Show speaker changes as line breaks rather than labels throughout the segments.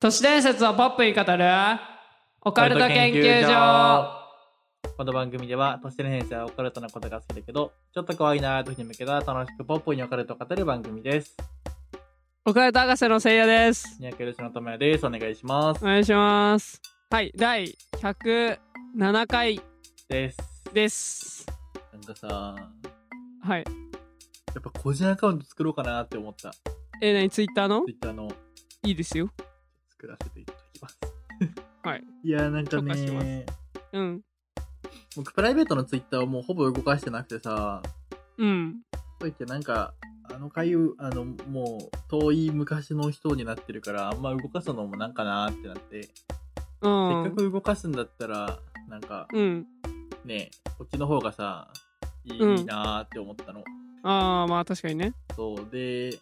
都市伝説をポップに語るオカルト研究所
この番組では、都市伝説やオカルトなことが好きだけど、ちょっと怖いなーという人に向けた楽しくポップにオカルトを語る番組です。
オカルト博士のせいやです
三宅よろしのともやです。お願いします
お。願いしますはい第107回
です。
です
なんかさ、
はい
やっぱ個人アカウント作ろうかなって思った。
えー、なにツイッターの
Twitter の
いいですよ
作らせていただきます。
はい。
いやーなんか
許可します
ね、
うん
僕プライベートの Twitter をもうほぼ動かしてなくてさ、
うん
といってなんかあの回あのもう遠い昔の人になってるからあんま動かすのもなんかなーってなって、
う
せっ
ん
かく動かすんだったらなんか
うん
ねこっちの方がさいい
うん
なーって思ったの、
ああまあ確かにね
そうで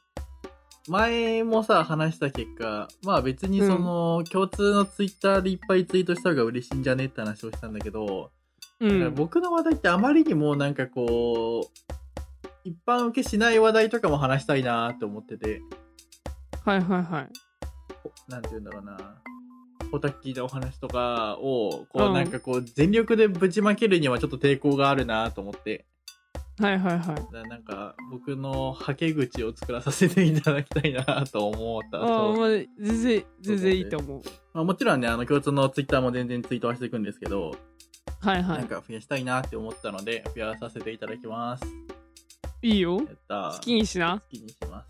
前もさ話した結果まあ別にその、共通のツイッターでいっぱいツイートした方が嬉しいんじゃねって話をしたんだけど、
う
だから
ん
僕の話題ってあまりにもなんかこう一般受けしない話題とかも話したいなーって思ってて
はいはいはい
なんて言うんだろうな、ホタッキーのお話とかを、
う
こう、
ん
なんかこう、全力でぶちまけるにはちょっと抵抗があるなと思って、
はいはいはい
だなんか、僕のはけ口を作らさせていただきたいなと思った。
ああ
そう
まあ全然全然いいと思う
まあ、もちろんね、あの、共通のツイッターも全然ツイートはしていくんですけど、
はいは
なん
い
か増やしたいなって思ったので、増やさせていただきます。
いいよ
やった。
好きにしな
好きにします。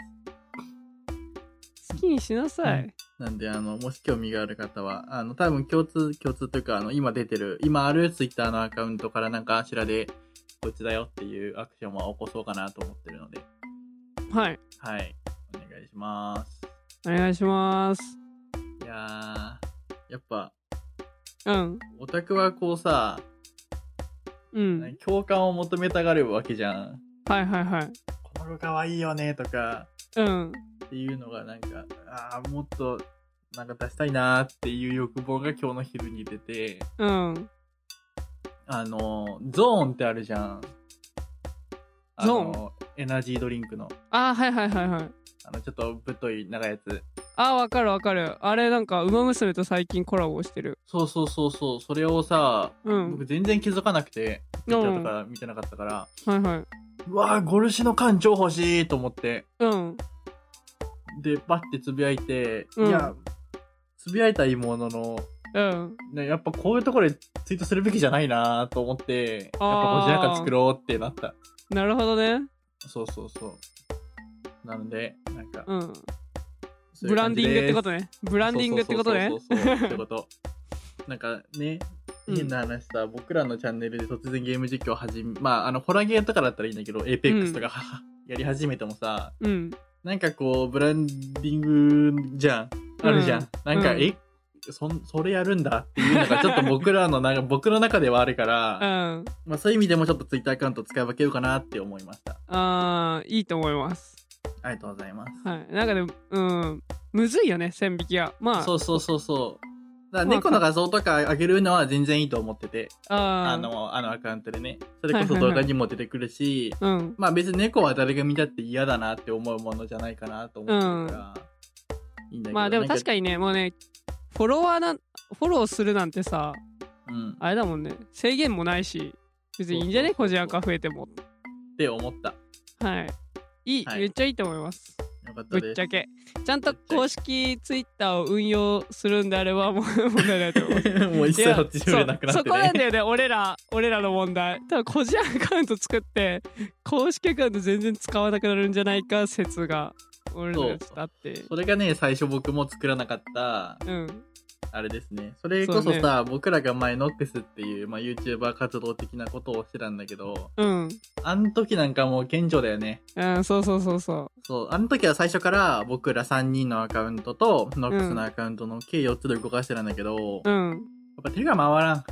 好きにしなさい
なんで、あの、もし興味がある方は、あの、多分共通、共通というか、あの、今出てる、今あるツイッターのアカウントからなんかあちらで、こっちだよっていうアクションは起こそうかなと思ってるので、
はい
はい、お願いします。
お願いします
いやー、やっぱ、
うん
オタクはこうさ、
うん
共感を求めたがるわけじゃん。
はいはいはい
この子かわいいよね、とか、
うん
っていうのがなんか、あー、もっと、なんか出したいなーっていう欲望が今日の昼に出て、
うん
あの、ゾーンってあるじゃん。あのエナジードリンクの、
あーはいはいはいはい
あの、ちょっとぶっとい長いやつ。
あーわかるわかるあれなんか「ウマ娘」と最近コラボしてる
そうそうそうそう、それをさ、
うん
僕全然気づかなくて、
うん
Twitter とか見てなかったから、
はいはいう
わぁ、ゴルシの缶超欲しいと思って、
うん
で、バッてつぶやいて、
うん
いや、つぶやいたいいものの、
うん
ね、やっぱこういうところでツイートするべきじゃないなと思って、やっぱ
あー
ゴジラ缶作ろうってなった。
なるほどね
そうそうそう。なので、なんか、
うん
そうい
ブ
う
ラン
感
デ
じ
ィングって
です
ことねブランディングってことね
そうそうそうそうってこと。なんかね、
うん
変な話さ、僕らのチャンネルで突然ゲーム実況始め、まあ、あの、ホラーゲーとかだったらいいんだけど、エイペックスとか、 やり始めてもさ、
うん
なんかこう、ブランディングじゃん。あるじゃん。
うん
なんか、
うん
えそん、それやるんだっていうのが、ちょっと僕らの、なん か、僕の中ではあるか
う
ら、
ん
まあ、そういう意味でもちょっとツイッターアカウント使い分けようかなって思いました。
あーいいと思います
ありがとうございます。
はいなんかでもうんむずいよね線引きはまあ
そうそうそうそう。だから猫の画像とかあげるのは全然いいと思ってて、
あ
あ
ー
の、あのアカウントでね。それこ
は
そ
いはい
動
はい
画にも出てくるし、
うん
まあ別に猫は誰が見たって嫌だなって思うものじゃないかなと思ってるから、いいんだけど。
まあでも確
に。
かにねもうねフォロワーなフォローするなんてさ
うん。
あれだもんね制限もないし別にいいんじゃね
そ
個
うそうそう
人
そう
アカ増えても
って思った。
はいいい、
はい
めっちゃいいと思います
よかった
ぶ
です。
っちゃけちゃんと
ぶっちゃけ
公式ツイッターを運用するんであればもう問題ないと思います
もう一
い
切
や
そっちじゃなくな
そうそ
って
こなんだ
ね。
よね俺ら俺らの問題多分個人アカウント作って公式アカウント全然使わなくなるんじゃないか説が俺らちょっとあって
それがね、最初僕も作らなかった、
うん
あれですね。それこそ
そ
さ、僕らが前ノックスっていう、まあ YouTuber 活動的なことをしてたんだけど、
うん
あの時なんかもう顕著だよね。
うんそうそうそうそ
そう、あの時は最初から僕ら3人のアカウントと、ノックスのアカウントの計4つで動かしてたんだけど、
う
やっ
うん
ぱ手が回らん。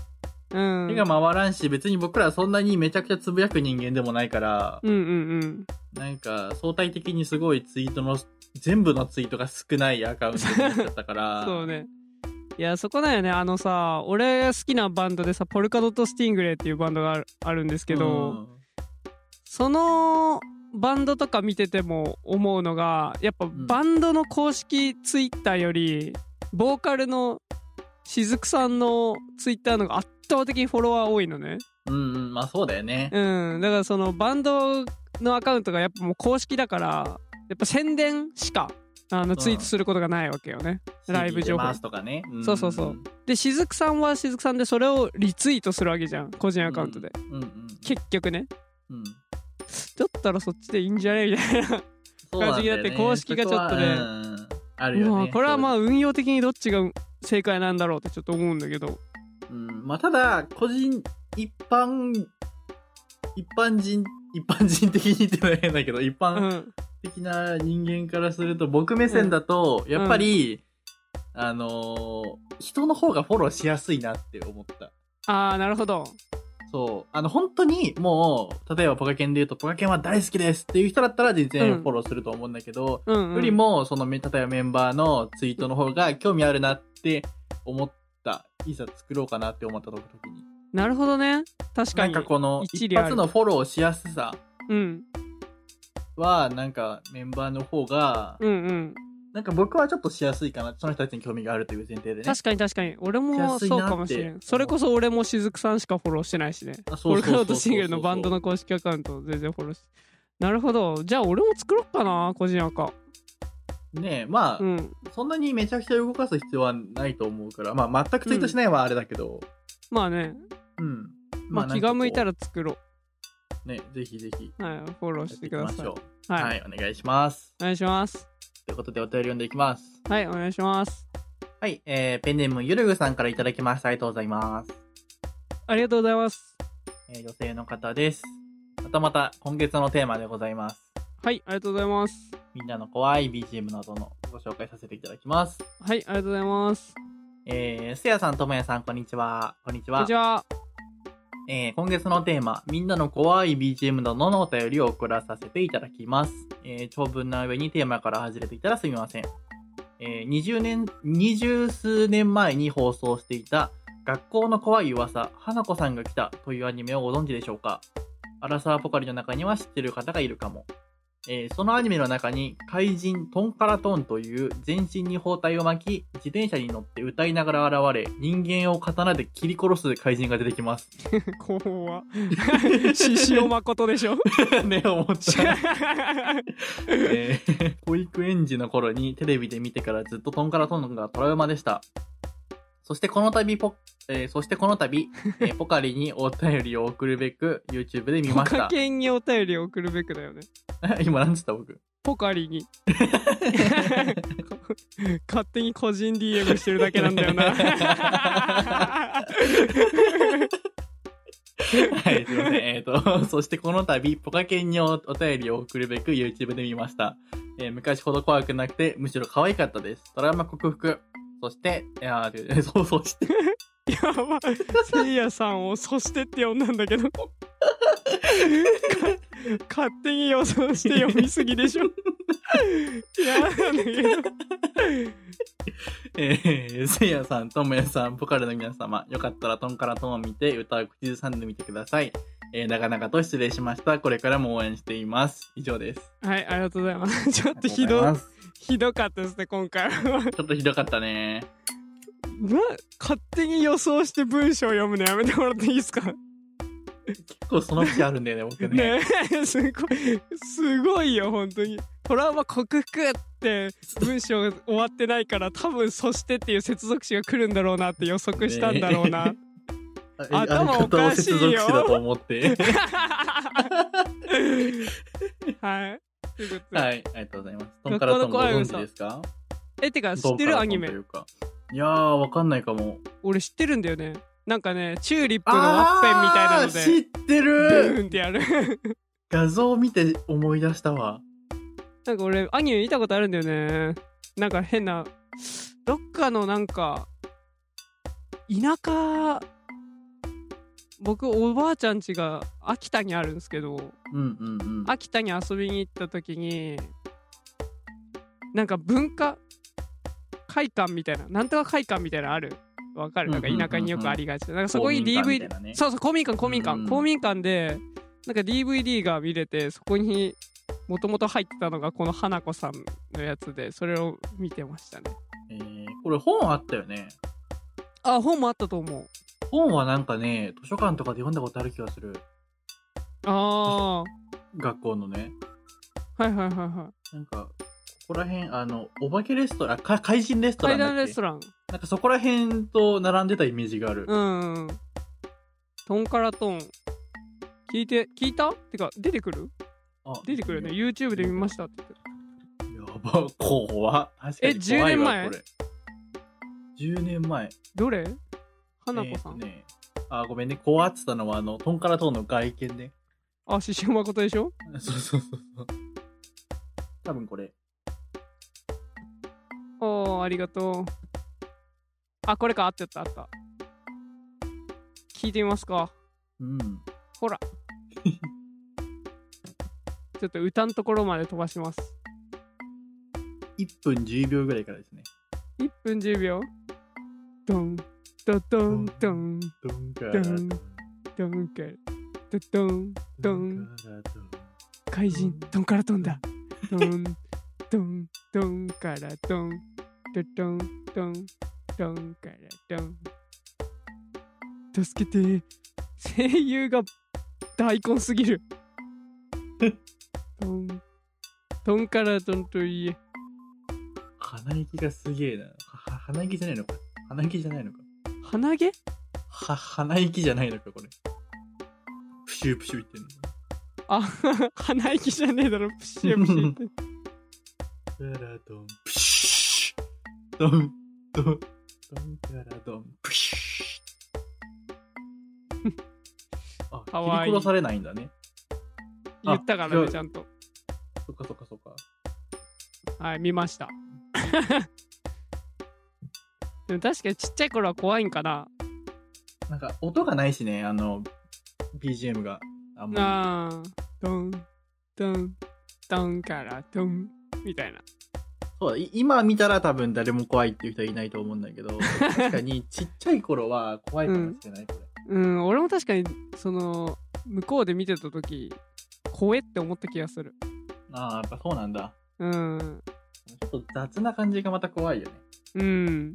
うん
手が回らんし、別に僕らそんなにめちゃくちゃつぶやく人間でもないから、
うんうん
なんか相対的にすごいツイートの、全部のツイートが少ないアカウントになっちゃったか
う
ら、
ん そうねいやそこだよねあのさ俺好きなバンドでさポルカドット・スティングレイっていうバンドがあるあるんですけど、そのバンドとか見てても思うのがやっぱ
ん
バンドの公式ツイッターよりボーカルのしずくさんのツイッターの方が圧倒的にフォロワー多いのね。
うんうん、まあそうだよね。
うん。だからそのバンドのアカウントがやっぱもう公式だから、やっぱ宣伝しか、あの、ツイートすることがないわけよね。ライブ情報
CD 出ますとかね。ん
そうそうそう。で、しずくさんはしずくさんでそれをリツイートするわけじゃん。個人アカウントで。
うんうん。
結局ね。
うん
だったらそっちでいいんじゃねみたいな。
そうなんよね
感じになって公式がちょっとね
そこはうんあるよね。
まあ、これはまあ
あ、
運用的にどっちが正解なんだろうってちょっと思うんだけど。
うん、まあただ、個人、一般、一般人、一般人的にって言われないけど、一
う
般
ん。
的な人間からすると、僕目線だと、やっぱり、あのー人の方がフォローしやすいなって思った。
ああ、なるほど。
そう。あの、本当に、もう、例えばポカケンで言うと、ポカケンは大好きですっていう人だったら全
う
然
ん
フォローすると思うんだけど、
うん、うん。
よりも、そのめ、例えばメンバーのツイートの方が興味あるなって思った、いざ作ろうかなって思った時に。
なるほどね。確か
な
に。
んかこの、
一
一
理ある
発のフォローしやすさ
うん。
は、なんかメンバーの方が、
うんうん。
なんか僕はちょっとしやすいかな。その人たちに興味があるという前提でね。
確かに確かに。俺
し
も
やすい
そ
なっ
う
て
かもしれん。それこそ俺もしずくさんしかフォローしてないしね。
あ
ポ
そうそ
ル
うそうそう
カロットシングルのバンドの公式アカウント全然フォローし。なるほど。じゃあ俺も作ろっかな、個人アカ。
ねえ、まあ、
うん。
そんなにめちゃくちゃ動かす必要はないと思うから、まあ、全くツイートしないはあれだけど、
まあね。
うん。
まあ
なんかこう
気が向いた。ら作ろ
ね、ぜひぜひ。
う。はい。フォローしてください。
やっていきましょう
はい。
はい、お願いします。
お願いします。
ということで、お便り読んでいきます。
はい、お願いします。
はい、えー、ペンネームゆるぐさんからいただきました。ありがとうございます。
ありがとうございます。
えー、女性の方です。またまた今月のテーマでございます。
はい、ありがとうございます。
みんなの怖い BGM などのご紹介させていただきます。
はい、ありがとうございます。
えー、せやさん、ともやさん、こんにちは。こんにち
こん
は
にち。は。
えー、今月のテーマ、みんなの怖い BGM などのお便りを送らさせていただきます。えー、長文な上にテーマから外れていたらすみません。えー、20年、20数年前に放送していた、学校の怖い噂、花子さんが来たというアニメをご存知でしょうかアラサーポカリの中には知ってる方がいるかも。えーそのアニメの中に怪人トンカラトンという全身に包帯を巻き、自転車に乗って歌いながら現れ、人間を刀で切り殺す怪人が出てきます。
こん は。獅子雄誠でしょ。
ね、思った。えー保育園児の頃にテレビで見てからずっとトンカラトンがトラウマでした。そしてこの度ポ、えーそしてこの度、えーポカリにお便りを送るべく YouTube で見
ポ
まし
カ
た。
ケンにお便りを送るべくだよね。
今なんつった僕。
ポカリ に。勝手に個人 DM してるだけなんだよ な。
はい、すいません。えっ、と、 そしてこの度、ポカケンにおお便りを送るべく YouTube で見ました、えー昔ほど怖くなくて、むしろ可愛かったです。トラウマ克服。そして、いやー、違う そう、そして、
やばい。せいやさんをそしてって呼んだんだ けど。か勝手に予想して読みすぎでしょ。やなんだけど。
えー、せいやさん、ともやさん、ポカルの皆様、よかったらトンカラトンを見て、歌を口ずさんでみてください。えー、長々と失礼しました。これからも応援しています。以上です。
はい、ありがとうございます。ちょっとひ
ありがとうござ
ど
いま、す
ひどかったですね、今回は。
ちょっとひどかったね。
な勝手に予想して文章を読むのやめてもらっていいですか
結構その節あるんだよね、僕ね。
ねえすごいすごいよ本当にトラウマ克服って文章終わってないから多分「そして」っていう接続詞が来るんだろうなって予測したんだろうな、
あ
頭おかしいよ
相方を接続詞だと思って。
はいということで、
はい、ありがとうございます。トンカラトンご存知ですか
えてか知ってるアニメ
トンカラトンというかいやー、わかんないかも。
俺知ってるんだよねなんかねチューリップのワッペンみたいなの
あ
で
ー知って
ブ
る
ーンってやる
画像を見て思い出したわ。
なんか俺アニメ見たことあるんだよねなんか変などっかのなんか田舎僕おばあちゃん家が秋田にあるんですけど
うんうんうん。
秋田に遊びに行った時になんか文化会館みたいななんとか会館みたいなのあるわかる
うんう
なん
ん
か田舎によくありがちななんかそこに
公民館みた
DVD
いなね
そうそう公民館公民
うんう
館
ん
公民館でなんか DVD が見れてそこにもともと入ってたのがこの花子さんのやつでそれを見てましたね
えーこれ本あったよね。
あ、本もあったと思う。
本はなんかね、図書館とかで読んだことある気がする。
あ
学校のね。
あ、はいはいはいはい。
なんか、ここら辺、あの、お化けレストラン、か怪人レストラ
階
ンだっけ
段レストラン。
なんかそこら辺と並んでたイメージがある。
うんうん。トンカラトン。聞いて、聞いたてか、出てくる
あ
出てくるよね。YouTube で見ましたって言ってる。
やば、怖っ確か
え
に怖い
10年
わ
前
これ10年前。
どれ花子さん。
えーとね、あ、ごめんね。怖っつったのは、あの、トンカラトンの外見ね。
あ、獅子雄誠でしょ
そうそうそうそう。多分これ。
おー、ありがとう。あ、これか、あったあったあった。聞いてみますか。
うん。
ほら。ちょっと歌のところまで飛ばします。
1分10秒ぐらいからですね。
1分10秒。ドン、ドドン、ドン、
トンカラトン。
ドンか、ドドン、ドン。
トンカラトン。
怪人ドンから飛ん だドンドンドンからドンドドンドンドンからドン助けて声優が大根すぎ るドンドンからドンといえ
鼻息がすげえな。は鼻息じゃないのか。鼻息じゃないのか。
鼻毛
は、鼻息じゃないのか、これ。プシュープシュー言ってんの。
あ 鼻息じゃねえだろプシュプシュって
ドンカラドン、プシュードン、ドン、ドンカラドン、プシューあ、
かわいい
切り殺されないんだね。
言ったから
あ
ねちゃんと
そっかそっかそっか。
はい見ました でも確かにちっちゃい頃は怖いんかな
なんか、音がないしね、あの、BGM が。あんま
ああ、ドン、ドン、ドンからドン、みたいな。
りそうだい今見たら多分誰も怖いっていう人はいないと思うんだけ ど、確かにちっちゃい頃は怖いかもしれない、これ。
うん、俺も確かに、その、向こうで見てた時、怖えって思った気がする。
ああ、やっぱそうなんだ。
うん、
ちょっと雑な感じがまた怖いよね。
うん。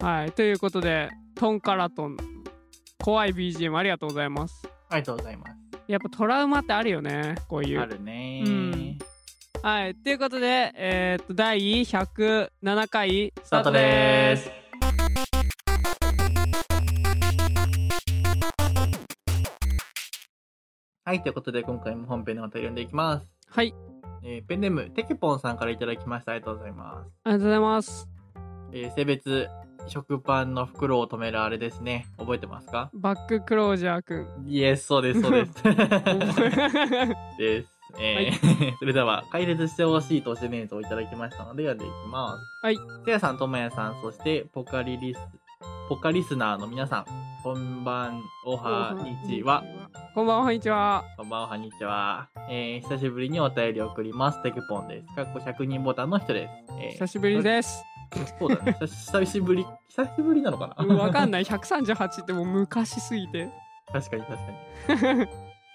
はい、ということで、トンからトン、怖い BGM ありがとうございます。
ありがとうございます。
やっぱトラウマってあるよね、こういう。
あるね
うんはい、ということで、えーっと、第107回、ス
スタートでーす。。はい、ということで今回も本編の方読んでいきます。
はい、
えーペンネーム、テケポンさんからいただきました。ありがとうございます。
ありがとうございます。
えー性別、食パンの袋を止めるあれですね。覚えてますか
バッククロージャーくん。
イエス、そう です、そうです。です。えー それでは解説してほしいとしてねえといただきましたので読んでいきます。
はい。
せやさん、ともやさん、そしてポカリリス、ポカリスナーの皆さん、こんばん、おは、にちは。。
こんばんは、こんにちは。
こんばんは、にちは。えー久しぶりにお便りを送ります。テケポンです。かっこ100人ボタンの人です。え
久しぶりです。
ーそうだね。久し久しぶり、久しぶりな のかな
わかん
ない。
ない。138ってもう昔すぎて。
確かに確かに。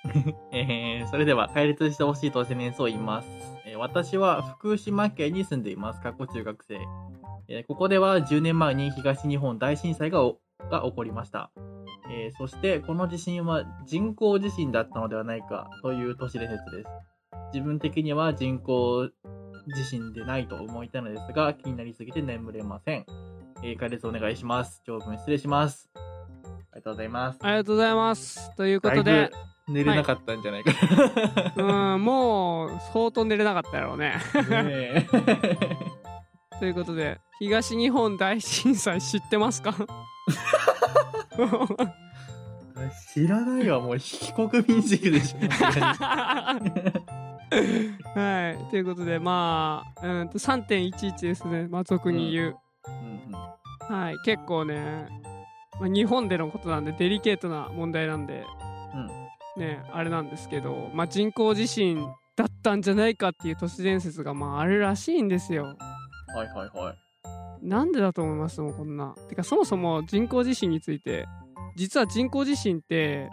えーそれでは、解説してほしい都市年数を言います、えー私は福島県に住んでいます。過去中学生、えーここでは10年前に東日本大震災がおが起こりました。えーそして、この地震は人工地震だったのではないかという都市伝説です。自分的には人工地震でないと思いたのですが、気になりすぎて眠れません。えー解説お願いします。長文失礼します。ありがとうございます。
ありがとうございます。ということ
だい
で
ぶ、寝れなかったんじゃないか
う
な。
ん、もう相当寝れなかったやろうね。
ね
ということで、東日本大震災知ってますか
え 知らないわ、もう非国民軸で しょ。
はい。ということで、まあ、うんと3.11ですね。まあ、俗に言う。
うん
はい、結構ね、まあ、日本でのことなんでデリケートな問題なんで、ね、あれなんですけど、まあ、人工地震だったんじゃないかっていう都市伝説がまああるらしいんですよ。
はいはいはい。
なんでだと思いますもうこんな。てかそもそも人工地震について実は人工地震って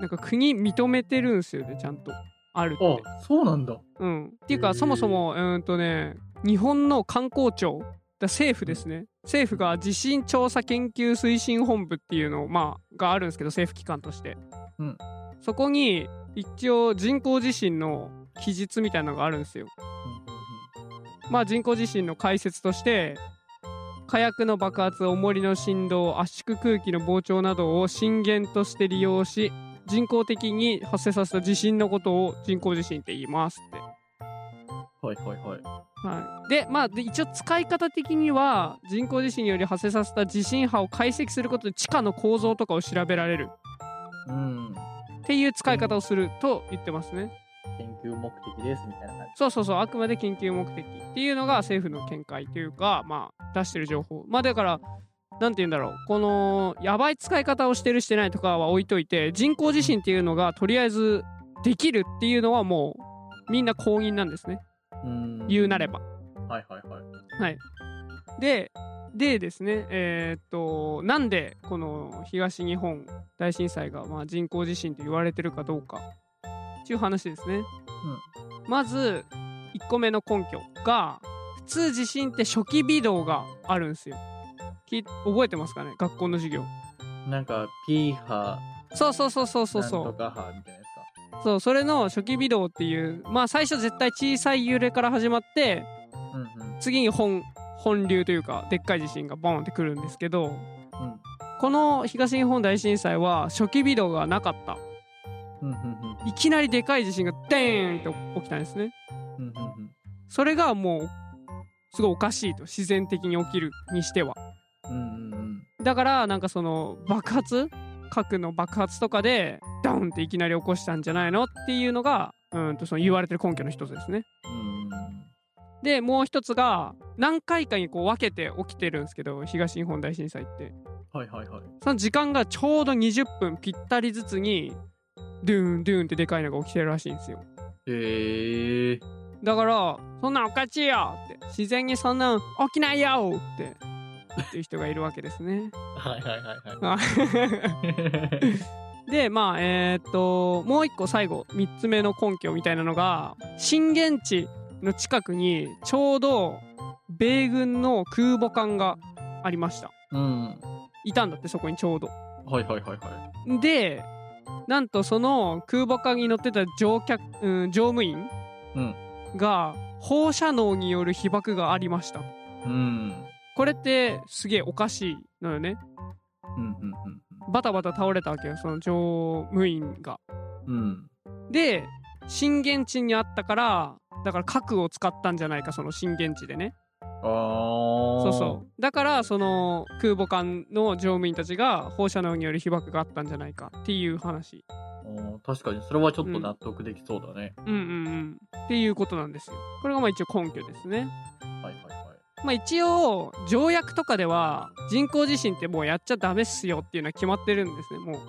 なんか国認めてるんですよねちゃんとあるっ
うん
て。。
あ、そうなんだ。
うん、っていうか、
へー
そもそもうーんとね日本の観光庁ら政府ですね。政府が地震調査研究推進本部っていうのを、まあ、があるんですけど、政府機関として。
うん
そこに、一応人工地震の記述みたいなのがあるんですよ。まあ、人工地震の解説として火薬の爆発重りの振動圧縮空気の膨張などを震源として利用し人工的に発生させた地震のことを人工地震って言いますって。
はいはいはい。
はい、でまあで一応使い方的には人工地震により発生させた地震波を解析することで地下の構造とかを調べられる
うん。
っていう使い方をすると言ってますね。
研究目的ですみたいな感
そうそうそう、あくまで研究目的っていうのが政府の見解というか、まあ、出してる情報。まあ、だから、なんて言うんだろう、この、やばい使い方をしてるしてないとかは置いといて、人工地震っていうのが、とりあえず、できるっていうのはもう、みんな公認なんですね。
じ。うん
言うなれば。
はいはいはい。
で、でですね、えーっと、なんで、この、東日本大震災が、まあ、人工地震と言われてるかどうか、っていう話ですね。まず1個目の根拠が普通地震って初期微動があるんですよ。き覚えてますかね学校の授業。
なんか、P 波、
そうそうそうそうそうそ
なん
う
とか波みたいなや
そうそれの初期微動っていうまあ最初絶対小さい揺れから始まって
つか。うんうん。
次に本本流というかでっかい地震がボーンってくるんですけど
うん。
この東日本大震災は初期微動がなかった
うんうん
いきなりでかい地震がデーンって起きたんですね
うん。うんうんうん。
それがもうすごいおかしいと自然的に起きるにしては
うんうんうん。
だからなんかその爆発核の爆発とかでダウンっていきなり起こしたんじゃないのっていうのがうんとその言われてる根拠の一つですね。
うんうん
でもう一つが何回かにこう分けて起きてるんですけど東日本大震災って
はいはいはい。
その時間がちょうど20分ぴったりずつにドゥーンドゥーンってでかいのが起きてるらしいんですよ。
えー。
だから「そんなんおかしいよ!」って「自然にそんなん起きないよ!」って言っていう人がいるわけですね。
はいはいはいはい。
あ でまあえーっともう一個最後3つ目の根拠みたいなのが震源地の近くにちょうど米軍の空母艦がありました
うん。
いたんだってそこにちょうど
はいはいはいは
でなんとその空母艦に乗ってた乗客、うん、乗務員
うん
が放射能による被爆がありました
い。うん。
これってすげえおかしいのよね
うんうん
バタバタ倒れたわけよその乗務員が
うんうん。うん。
で震源地にあったからだから核を使ったんじゃないかその震源地でね
あー。
そうそうだからその空母艦の乗務員たちが放射能による被爆があったんじゃないかっていう話
あー確かに、それはちょっと納得できそうだね。
うんうんうんっていうことなんですよこれがまあ一応根拠ですね
はいはいはい。
まあ一応条約とかでは人工地震ってもうやっちゃダメっすよっていうのは決まってるんですねもう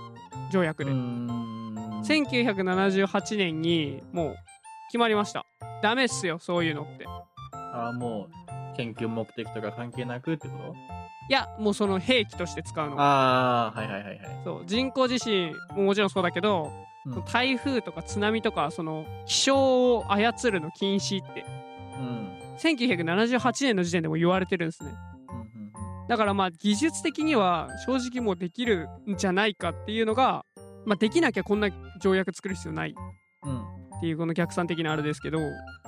条約で、
うーん。
1978年にもう決まりましたダメっすよそういうのって
あーもう、研究目的とか関係なくってこと
いやもうその兵器として使うの
ああ、はいはいはいはい。
そう人工地震ももちろんそうだけど、
うん
台風とか津波とかその気象を操るの禁止って
うん。
1978年の時点でも言われてるんですね
うん
だからまあ技術的には正直もうできるんじゃないかっていうのが、まあ、できなきゃこんな条約作る必要ない
うんうん。
っていうこの逆算的なあれですけど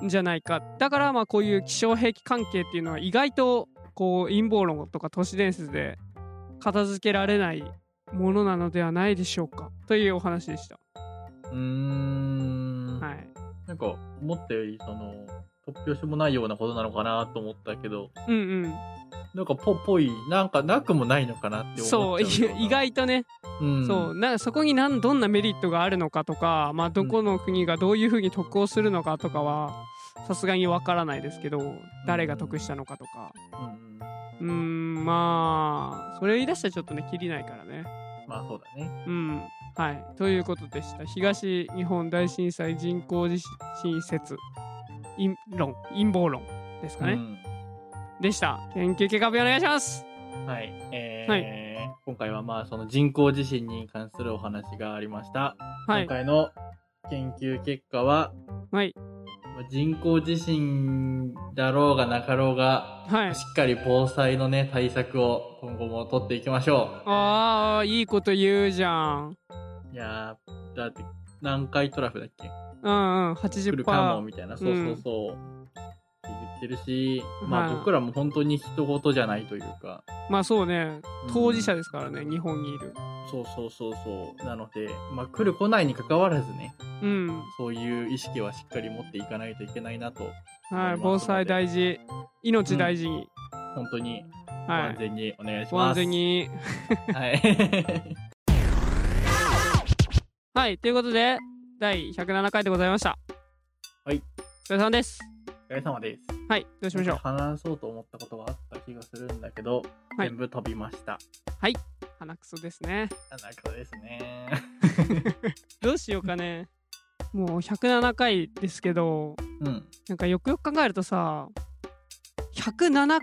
じゃないかだからまあこういう気象兵器関係っていうのは意外とこう陰謀論とか都市伝説で片付けられないものなのではないでしょうかというお話でした。
うん。うーん。
はい、
なんか、思ったより、その、突拍子もないようなことなのかなと思ったけど、
うんうん
なんか、ぽ、ぽい、なんか、なくもないのかなって思っちゃうよ
そう
うな。
い意外とね、
うん。
そうなんかそこになんどんなメリットがあるのかとか、まあ、どこの国がどういうふうに得をするのかとかはさすがにわからないですけど誰が得したのかとか
うん。
うんまあそれ言い出したらちょっとねきりないからね。
まあ、そうだね。
うん。はい。ということでした。東日本大震災人工地震説陰論、陰謀論ですかね。
うん
でした。研究結果発表お願いします。
はい。えー今回はまあその人工地震に関するお話がありました。
は
今
い。
回の研究結果は、
はい。
人工地震だろうがなかろうが、
はい
しっかり防災のね、対策を今後も取っていきましょ
ああいいこと言うじゃん
う。いやー、だって、南海トラフだっけ
うんうん
来るか
80%
もみたいな、そうそうそう。って言ってるし、まあ
はい
僕らも本当に人事じゃないというか、
まあそうね
うん
当事者ですからね、日本にいる
そうそうそうそうなので、まあ、来る来ないに関わらずね
うん
そういう意識はしっかり持っていかないといけないなと
はい防災大事命大事に、
本当にご
は
安
い
全にお願いし
ご
ま
安
す、
全に
はい
はいということで第107回でございました
はい
お疲れ様です
お疲れ様です
はいどうしましょう
話そうと思ったことがあった気がするんだけど、
はい
全部飛びました
鼻くそですね
なんかそうですね
どうしようかねもう107回ですけど
うん
なんかよくよく考えるとさ107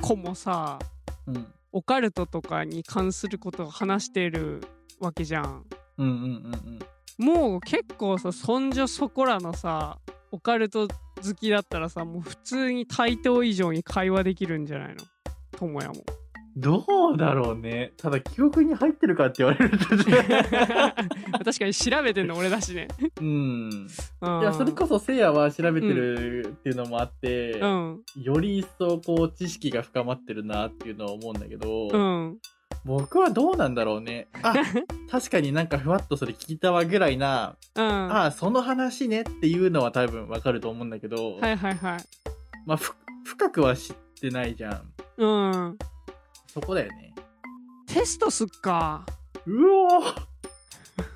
個もさ
うん
オカルトとかに関することを話してるわけじゃん。
うんうんうん
もう結構さそんじょそこらのさオカルト好きだったらさもう普通に対等以上に会話できるんじゃないのともや も。
どうだろうねただ記憶に入ってるかって言われると
確かに調べてんの俺だしね。
うん
うん、
いやそれこそせいやは調べてるっていうのもあって、
うん
より一層こう知識が深まってるなっていうのは思うんだけど、
うん
僕はどうなんだろうね あ確かになんかふわっとそれ聞いたわぐらいな、
うん。
あその話ねっていうのは多分わかると思うんだけど、
はいはいはい。
まあ、ふ深くは知ってないじゃん
うん。
そこだよね
テストすっ か。
うお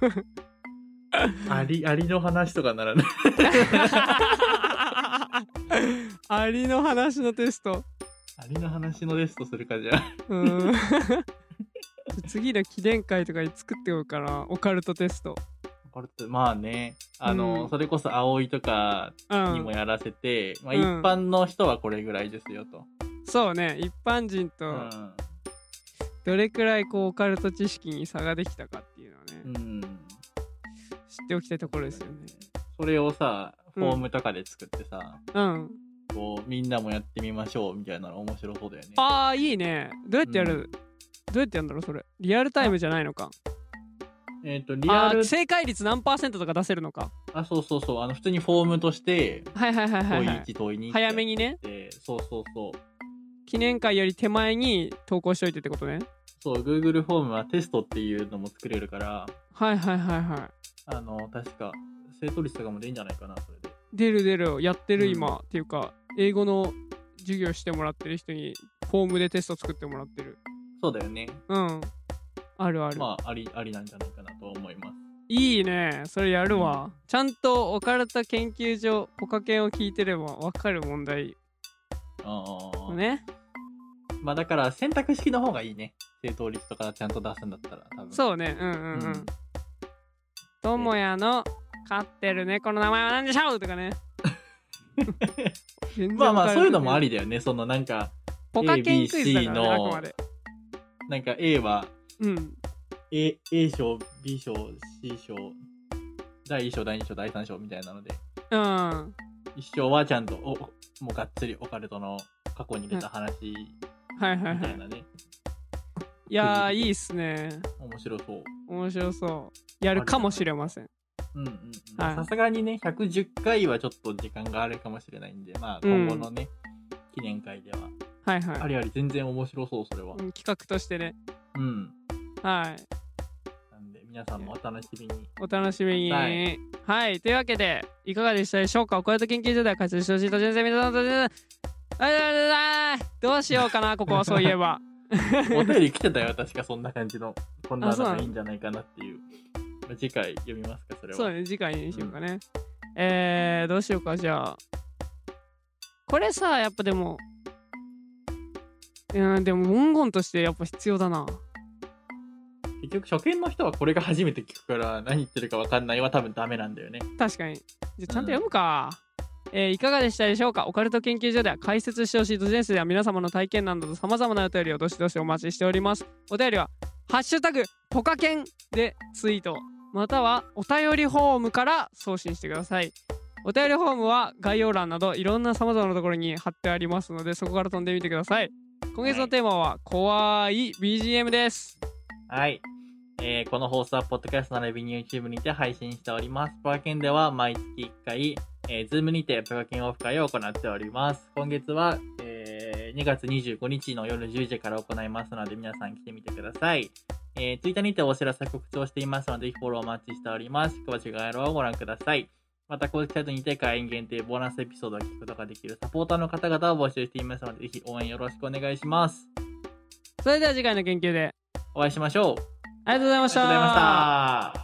ーアリアリの話とかならない
アリの話のテスト。
アリの話のテストするかじゃあ
うん 次の記念会とかに作っておるからオカルトテスト
これってまあねあの、
うん
それこそ葵とか
う
にも
ん
やらせて、まあ、
うん
一般の人はこれぐらいですよと、
そうね一般人
う
と
ん
どれくらいこうオカルト知識に差ができたかっていうのはね、
うん
知っておきたいところですよね
それをさ
う
フ
ん
ォームとかで作ってさ、
うん
こうみんなもやってみましょうみたいなの面白そうだよね
ああいいねどうやってやる、
うん
どうやってやるんだろうそれリアルタイムじゃないのか
えっ、とリ
あ
ア
あ
ル
ー正解率何パーセントとか出せるのか
あそうそうそうあの普通にフォームとして
はいはいはいは
問
い、
い
はい
1、問い2
早めにね
ってそうそうそう
記念会より手前に投稿しといてってことね
そう Google フォームはテストっていうのも作れるから
はいはいはいはい
あの確か正答率とかも出るんじゃないかなそれで
出る出るやってる
うん
今、っていうか英語の授業してもらってる人にフォームでテスト作ってもらってる
そうだよね
うんあるある、
まあありありなんじゃないかなと思います
いいねそれやるわ、ちゃんとオカルト研究所ポカケンを聞いてればわかる問題
ああ、
ね
まあだから選択式の方がいいね。正答率とかちゃんと出すんだったら多分。う。
そうねうんうんう
うんん
ともやの飼ってる猫の名前は何でしょうと かね全然
まあま
わから
あそういうの
くて
もありだよね。そのなんか、
ポカケンクイズだから、ね、
A B C
あ
の
くまで
なんか A は
うん
A, A 賞、B 賞、C 賞、第1章、第2章、第3章みたいなので、
うん
1章はちゃんと、お、もうがっつりオカルトの過去に出た話み
はいはいは
たい
い
なね。
いやーいいっすね
面白そう。
面白そうやるかもしれません
うんうんうん。
はい
さすがにね、110回はちょっと時間があるかもしれないんで、まあ
うん
今後のね、記念会では。
はいはい、
ありあり、全然面白そう、それは
う。ん企画としてね
うん。
はい
なんで、皆さんもお楽しみに。
お楽しみには
はいい、
というわけでいかがでしたでしょうかオカルト研究所では活動してほしいと先生皆さんと先生ありがとうございますどうしようか なここはそういえば
お便り来てたよ、確かそんな感じの。こんな
あそう
の
なの
がいいんじゃないかなっていう。まあ次回読みますか、それは。
そうね次回にしようかね、えー、どうしようかじゃあこれさやっぱでもうんでも文言としてやっぱ必要だな
結局、初見の人はこれが初めて聞くから、何言ってるかわかんないは多分ダメなんだよね。
確かにじゃあちゃんと読むか、えーいかがでしたでしょうかオカルト研究所では解説してほしい都市伝説や皆様の体験談などさまざまなお便りをどしどしお待ちしておりますお便りは「ハッシュタグポカケン」でツイートまたはお便りフォームから送信してくださいお便りフォームは概要欄などいろんな様々なところに貼ってありますのでそこから飛んでみてください今月のテーマは怖い BGM です
はい。えーこの放送は、ポッドキャスト並びに YouTube にて配信しております。プロケンでは、毎月1回、えー、Zoom にてプロケンオフ会を行っております。今月は、えー2月25日の夜10時から行いますので、皆さん来てみてください。えー、Twitter にてお知らせ告知をしていますので、ぜひフォローお待ちしております。詳しく概要欄をご覧ください。また、公式サイトにて会員限定ボーナスエピソードを聞くことができるサポーターの方々を募集していますので、ぜひ応援よろしくお願いします。
それでは次回の研究で
お会いしましょう。
ありがとうございま
ありがとうございま
した
した。